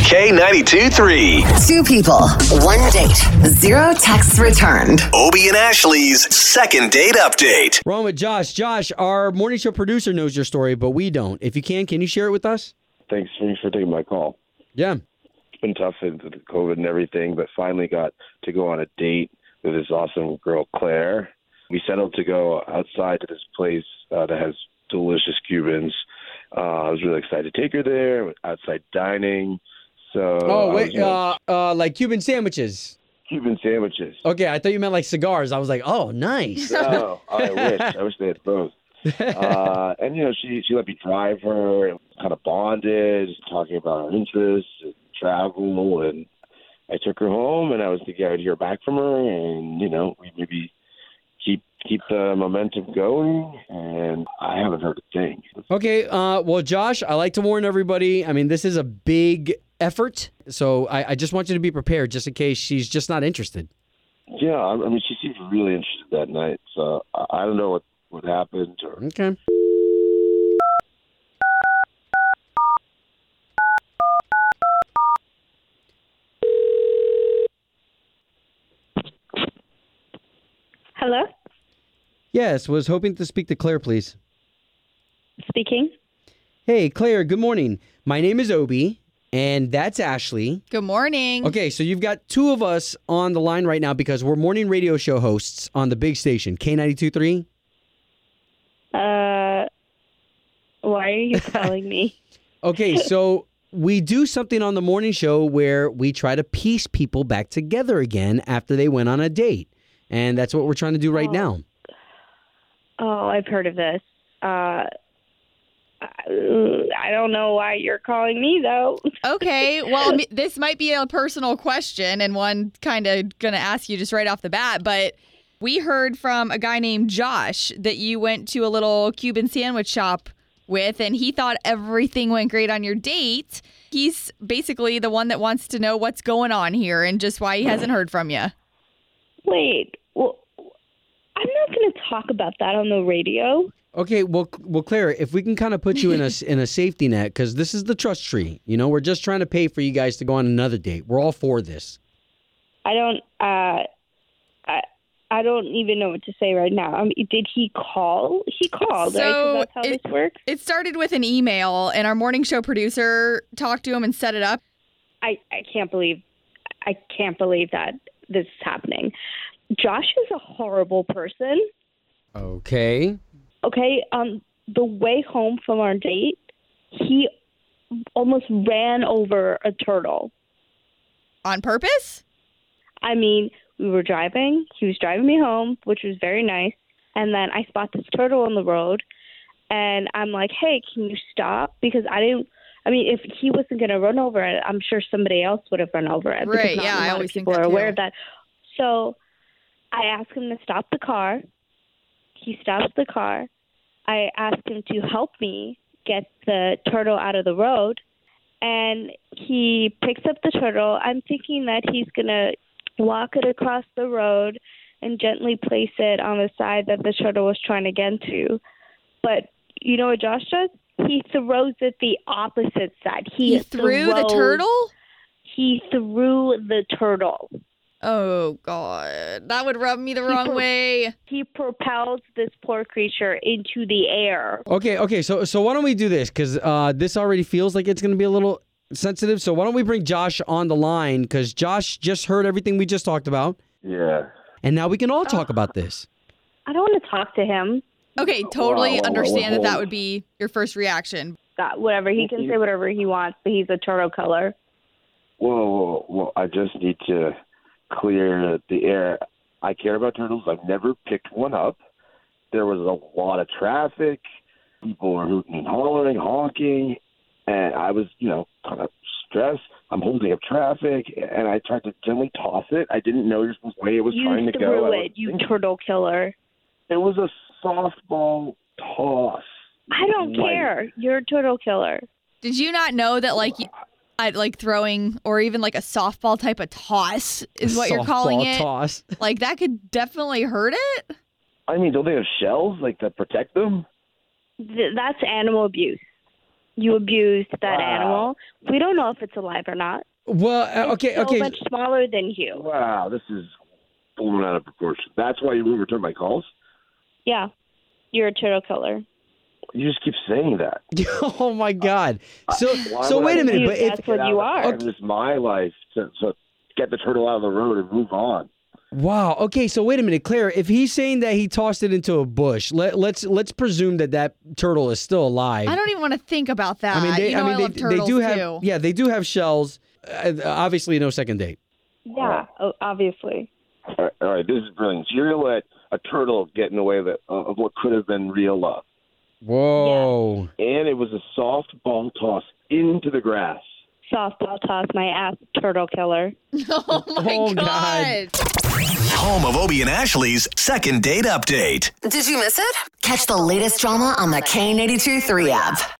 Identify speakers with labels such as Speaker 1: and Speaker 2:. Speaker 1: K92 3.
Speaker 2: Two people, one date, zero texts returned.
Speaker 1: Obie and Ashley's second date update.
Speaker 3: Wrong with Josh. Josh, our morning show producer knows your story, but we don't. If you can, can you share it with us?
Speaker 4: Thanks, thanks for taking my call.
Speaker 3: Yeah.
Speaker 4: It's been tough with the COVID and everything, but finally got to go on a date with this awesome girl, Claire. We settled to go outside to this place uh, that has delicious Cubans. Uh, I was really excited to take her there, outside dining. So
Speaker 3: Oh
Speaker 4: I
Speaker 3: wait,
Speaker 4: was, you know,
Speaker 3: uh, uh, like Cuban sandwiches.
Speaker 4: Cuban sandwiches.
Speaker 3: Okay, I thought you meant like cigars. I was like, oh, nice.
Speaker 4: No, Oh, I wish. I wish they had both. Uh, and you know, she she let me drive her, and kind of bonded, talking about her interests, and travel, and I took her home, and I was thinking I would hear back from her, and you know, we maybe keep keep the momentum going, and I haven't heard a thing.
Speaker 3: Okay, uh, well, Josh, I like to warn everybody. I mean, this is a big effort, so I, I just want you to be prepared, just in case she's just not interested.
Speaker 4: Yeah, I, I mean, she seemed really interested that night, so I, I don't know what what happened or
Speaker 3: Okay.
Speaker 5: Hello,
Speaker 3: Yes, was hoping to speak to Claire, please.
Speaker 5: speaking.
Speaker 3: Hey, Claire. Good morning. My name is Obi, and that's Ashley.
Speaker 6: Good morning.
Speaker 3: Okay, so you've got two of us on the line right now because we're morning radio show hosts on the big station, K92.3.
Speaker 5: Uh, why are you calling me?
Speaker 3: Okay, so we do something on the morning show where we try to piece people back together again after they went on a date. And that's what we're trying to do right
Speaker 5: Oh.
Speaker 3: now.
Speaker 5: Oh, I've heard of this. Uh, I I don't know why you're calling me though.
Speaker 6: Okay. Well, m- this might be a personal question and one kind of going to ask you just right off the bat, but we heard from a guy named Josh that you went to a little Cuban sandwich shop with and he thought everything went great on your date. He's basically the one that wants to know what's going on here and just why he hasn't heard from you.
Speaker 5: Wait, well, I'm not going to talk about that on the radio.
Speaker 3: Okay, well, well, Claire, if we can kind of put you in a in a safety net, because this is the trust tree. You know, we're just trying to pay for you guys to go on another date. We're all for this.
Speaker 5: I don't. Uh, I I don't even know what to say right now. I mean, did he call? He called, right? 'Cause
Speaker 6: So
Speaker 5: that's how
Speaker 6: it-
Speaker 5: this works.
Speaker 6: It started with an email and our morning show producer talked to him and set it up.
Speaker 5: I, I can't believe I can't believe that this is happening. Josh is a horrible person.
Speaker 3: Okay.
Speaker 5: Okay, on the way home from our date, he almost ran over a turtle.
Speaker 6: On purpose?
Speaker 5: I mean, we were driving, he was driving me home, which was very nice, and then I spot this turtle on the road and I'm like, "Hey, can you stop?" because I didn't I mean, if he wasn't going to run over it, I'm sure somebody else would have run over it. because
Speaker 6: Right,
Speaker 5: not a
Speaker 6: yeah, I
Speaker 5: lot of
Speaker 6: always think
Speaker 5: people
Speaker 6: that
Speaker 5: are aware
Speaker 6: too.
Speaker 5: of that. So I asked him to stop the car. He stops the car. I asked him to help me get the turtle out of the road, and he picks up the turtle. I'm thinking that he's gonna walk it across the road and gently place it on the side that the turtle was trying to get to. But you know what Josh does? He throws it the opposite side. He,
Speaker 6: He threw the
Speaker 5: throws-
Speaker 6: turtle?
Speaker 5: He threw the turtle.
Speaker 6: Oh God, that would rub me the wrong
Speaker 5: People-
Speaker 6: way.
Speaker 5: He propels this poor creature into the air.
Speaker 3: Okay. Okay. So so why don't we do this? Because uh, this already feels like it's going to be a little sensitive. So why don't we bring Josh on the line? Because Josh just heard everything we just talked about,
Speaker 4: yeah.
Speaker 3: and now we can all talk about this.
Speaker 5: I don't want to talk to him.
Speaker 6: Okay, totally
Speaker 4: wow, wow,
Speaker 6: understand that
Speaker 4: wow.
Speaker 6: that would be your first reaction.
Speaker 5: That whatever he can say whatever he wants, but he's a turtle color.
Speaker 4: Whoa, whoa, whoa, I just need to clear the air. I care about turtles. I've never picked one up. There was a lot of traffic. People were hooting and hollering, honking. and I was, you know, kind of stressed. I'm holding up traffic, and I tried to gently toss it. I didn't know your way it was trying
Speaker 5: you
Speaker 4: to go. I
Speaker 5: threw it,
Speaker 4: wasn't
Speaker 5: you
Speaker 4: thinking.
Speaker 5: turtle killer.
Speaker 4: It was a softball toss.
Speaker 5: I don't
Speaker 4: Like,
Speaker 5: care. You're a turtle killer.
Speaker 6: Did you not know that like you, I, like throwing or even like a softball type of toss is what you're calling
Speaker 3: Softball
Speaker 6: it?
Speaker 3: Toss.
Speaker 6: Like that could definitely hurt it.
Speaker 4: I mean, don't they have shells like that protect them?
Speaker 5: Th- that's animal abuse. You abused that
Speaker 4: Wow.
Speaker 5: animal. We don't know if it's alive or not.
Speaker 3: Well, uh,
Speaker 5: It's
Speaker 3: okay,
Speaker 5: so
Speaker 3: okay.
Speaker 5: much smaller than you.
Speaker 4: Wow, this is blown out of proportion. That's why you won't return my calls.
Speaker 5: Yeah, you're a turtle killer.
Speaker 4: You just keep saying that.
Speaker 3: oh my God. So,
Speaker 4: Why
Speaker 3: so
Speaker 4: would
Speaker 3: wait
Speaker 4: I
Speaker 3: a minute.
Speaker 5: believe
Speaker 3: But if,
Speaker 5: that's what
Speaker 4: Get out
Speaker 5: you
Speaker 4: of the-
Speaker 5: are.
Speaker 4: It's my life to, to get the turtle out of the road and move on.
Speaker 3: Wow. Okay. So wait a minute, Claire. If he's saying that he tossed it into a bush, let, let's let's presume that that turtle is still alive.
Speaker 6: I don't even want to think about that.
Speaker 3: I mean, they,
Speaker 6: you know,
Speaker 3: I
Speaker 6: I,
Speaker 3: mean,
Speaker 6: love
Speaker 3: they,
Speaker 6: turtles
Speaker 3: they do have.
Speaker 6: too.
Speaker 3: Yeah, they do have shells. Uh, obviously, no second date.
Speaker 5: Yeah, o- obviously.
Speaker 4: All right, all right, this is brilliant. So you're gonna let a turtle get in the way of, it, of what could have been real love,
Speaker 3: Whoa.
Speaker 4: and it was a soft ball toss into the grass.
Speaker 5: Softball toss my ass, turtle killer.
Speaker 6: Oh my
Speaker 3: Oh, God.
Speaker 6: god.
Speaker 1: Home of Obie and Ashley's second date update.
Speaker 2: Did you miss it? Catch the latest drama on the K82 3 app.